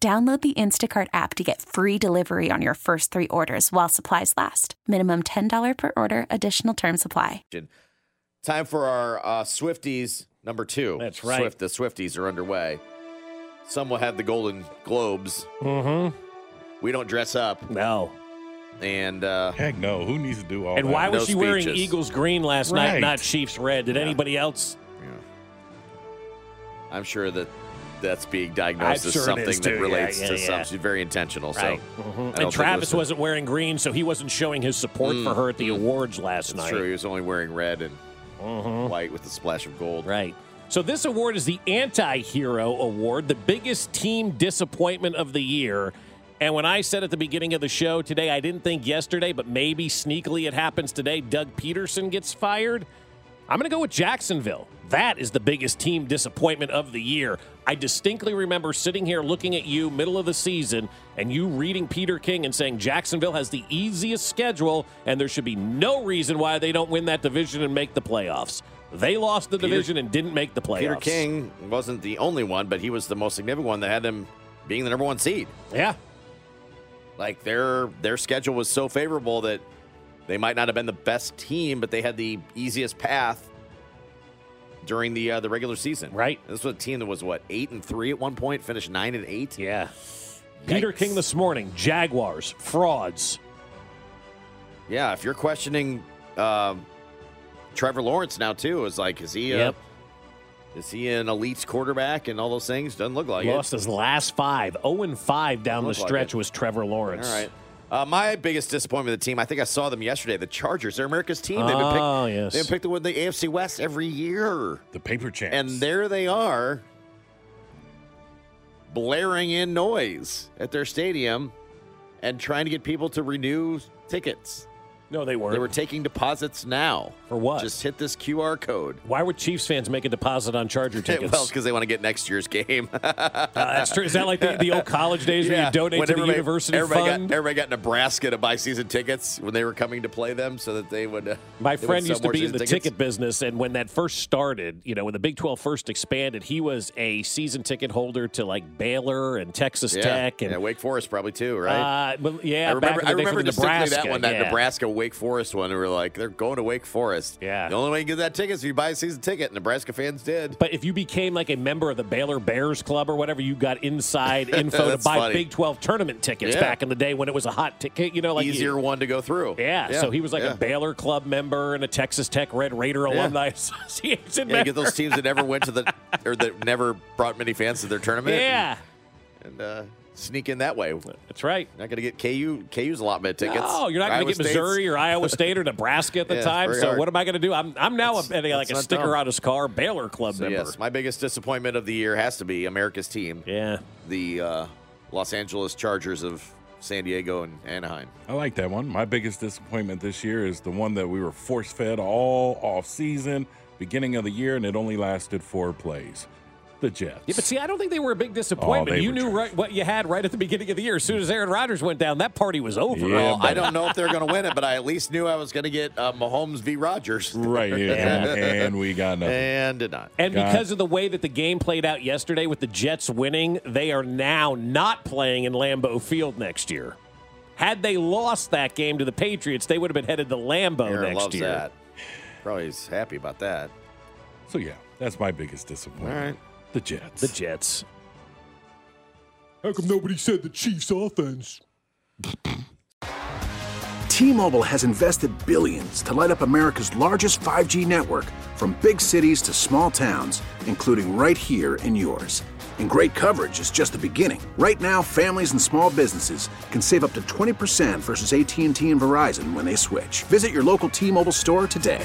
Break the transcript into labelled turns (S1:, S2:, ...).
S1: Download the Instacart app to get free delivery on your first three orders while supplies last. Minimum $10 per order, additional term supply.
S2: Time for our uh, Swifties number two.
S3: That's right.
S2: Swift, the Swifties are underway. Some will have the Golden Globes.
S3: Mm-hmm.
S2: We don't dress up,
S3: No.
S2: and uh,
S4: Heck no. Who needs to do all
S3: And
S4: that?
S3: why was
S2: No
S3: she wearing
S2: speeches.
S3: Eagles green last night,
S4: Right.
S3: not Chiefs red? Did anybody else?
S2: I'm sure that that's being diagnosed
S3: I'm
S2: as
S3: sure it
S2: something
S3: is,
S2: that
S3: too. Yeah,
S2: relates
S3: yeah,
S2: to
S3: yeah.
S2: something very intentional.
S3: Right. Mm-hmm.
S2: So don't think
S3: And
S2: it was
S3: Travis
S2: the-
S3: was not wearing green, so he wasn't showing his support for her at the awards last
S2: it's
S3: night.
S2: true. He was only wearing red and
S3: Mhm.
S2: white with a splash of gold.
S3: Right. So this award is the Anti-Hero Award, the biggest team disappointment of the year. And when I said at the beginning of the show today, I didn't think yesterday, but maybe sneakily it happens today, Doug Peterson gets fired. I'm going to go with Jacksonville. That is the biggest team disappointment of the year. I distinctly remember sitting here looking at you middle of the season and you reading Peter King and saying Jacksonville has the easiest schedule and there should be no reason why they don't win that division and make the playoffs. They lost the division and didn't make the playoffs.
S2: Peter King wasn't the only one, but he was the most significant one that had them being the number one seed.
S3: Yeah.
S2: Like their their schedule was so favorable that they might not have been the best team, but they had the easiest path during the uh, the regular season.
S3: Right.
S2: This was a team that was what eight and three at one point, finished nine and eight.
S3: Yeah. Peter
S2: Yikes.
S3: King this morning, Jaguars, frauds.
S2: Yeah, if you're questioning um, Trevor Lawrence now too, is like, is he a,
S3: Yep.
S2: is he an elite quarterback and all those things? Doesn't look like
S3: Lost his last five. 0 and 5 down the
S2: Looked like
S3: stretch
S2: it.
S3: was Trevor
S2: it.
S3: Lawrence.
S2: All right. Uh, my biggest disappointment with the team, I think I saw them yesterday. The Chargers, they're America's team. They've been picked.
S3: Oh, yes.
S2: They've been picked to win the AFC West every year,
S4: The paper chance.
S2: and there they are, blaring in noise at their stadium, and trying to get people to renew tickets.
S3: No, they weren't.
S2: They were taking deposits now.
S3: For what?
S2: Just hit this QR code.
S3: Why would Chiefs fans make a deposit on Charger tickets?
S2: well, because they want to get next year's game.
S3: Uh, that's true. Is that like the, the old college days where you donate
S2: When
S3: to the
S2: everybody-
S3: university
S2: everybody
S3: fund?
S2: Got, everybody got Nebraska to buy season tickets when they were coming to play them, so that they would. Uh,
S3: My
S2: they would
S3: friend
S2: sell
S3: used to
S2: more
S3: be in
S2: season
S3: the
S2: tickets.
S3: ticket business, and when that first started, you know, when the Big 12 first expanded, he was a season ticket holder to like Baylor and Texas
S2: Yeah.
S3: Tech, and
S2: yeah, Wake Forest probably too, right?
S3: uh, well, yeah,
S2: I
S3: back
S2: remember, I
S3: in the day for
S2: remember
S3: the
S2: distinctly
S3: Nebraska,
S2: that one, that
S3: yeah.
S2: Nebraska Wake Forest one. And we were like, they're going to Wake Forest.
S3: Yeah.
S2: The only way you get that ticket is if you buy a season ticket. Nebraska fans did.
S3: But if you became like a member of the Baylor Bears Club or whatever, you got inside info to
S2: That's
S3: buy
S2: funny.
S3: Big 12 tournament tickets
S2: Yeah.
S3: back in the day when it was a hot ticket. You know, like
S2: Easier one to go through.
S3: Yeah, so he was like
S2: yeah.
S3: a Baylor Club member and a Texas Tech Red Raider alumni association
S2: Yeah, you get
S3: member.
S2: those teams that never went to the or that never brought many fans to their tournament.
S3: Yeah,
S2: and uh, sneak in that way. Not
S3: that's right.
S2: going to get KU KU's allotment of tickets.
S3: No, you're not going
S2: Iowa
S3: to get
S2: State's-
S3: Missouri or Iowa State or Nebraska at the
S2: Yeah, it's
S3: time.
S2: very
S3: So
S2: hard.
S3: what am I going to do? I'm I'm now a, like
S2: that's
S3: a
S2: not
S3: sticker
S2: dumb.
S3: on his car, Baylor Club
S2: So,
S3: member.
S2: yes, my biggest disappointment of the year has to be America's team,
S3: yeah,
S2: the uh, Los Angeles Chargers of San Diego and Anaheim.
S4: I like that one. My biggest disappointment this year is the one that we were force fed all off season, beginning of the year, and it only lasted four plays. The Jets.
S3: yeah, but see, I don't think they were a big disappointment.
S4: Oh, they
S3: you
S4: were
S3: knew
S4: trash.
S3: right, what you had right at the beginning of the year. As soon as Aaron Rodgers went down, that party was over.
S4: Yeah,
S2: well, I
S4: buddy.
S2: don't know if they're going to win it, but I at least knew I was going to get uh, Mahomes v. Rogers,
S4: right yeah, and- and we got nothing.
S2: and did not.
S3: And
S4: God.
S3: because of the way that the game played out yesterday with the Jets winning, they are now not playing in Lambeau Field next year. Had they lost that game to the Patriots, they would have been headed to Lambeau
S2: Aaron
S3: next
S2: loves
S3: year.
S2: that. Probably is happy about that.
S4: So yeah, that's my biggest disappointment.
S2: All right.
S4: The Jets.
S3: The Jets.
S4: How come nobody said the Chiefs offense?
S5: T-Mobile has invested billions to light up America's largest 5G network from big cities to small towns, including right here in yours. And great coverage is just the beginning. Right now, families and small businesses can save up to 20% versus AT&T and Verizon when they switch. Visit your local T-Mobile store today.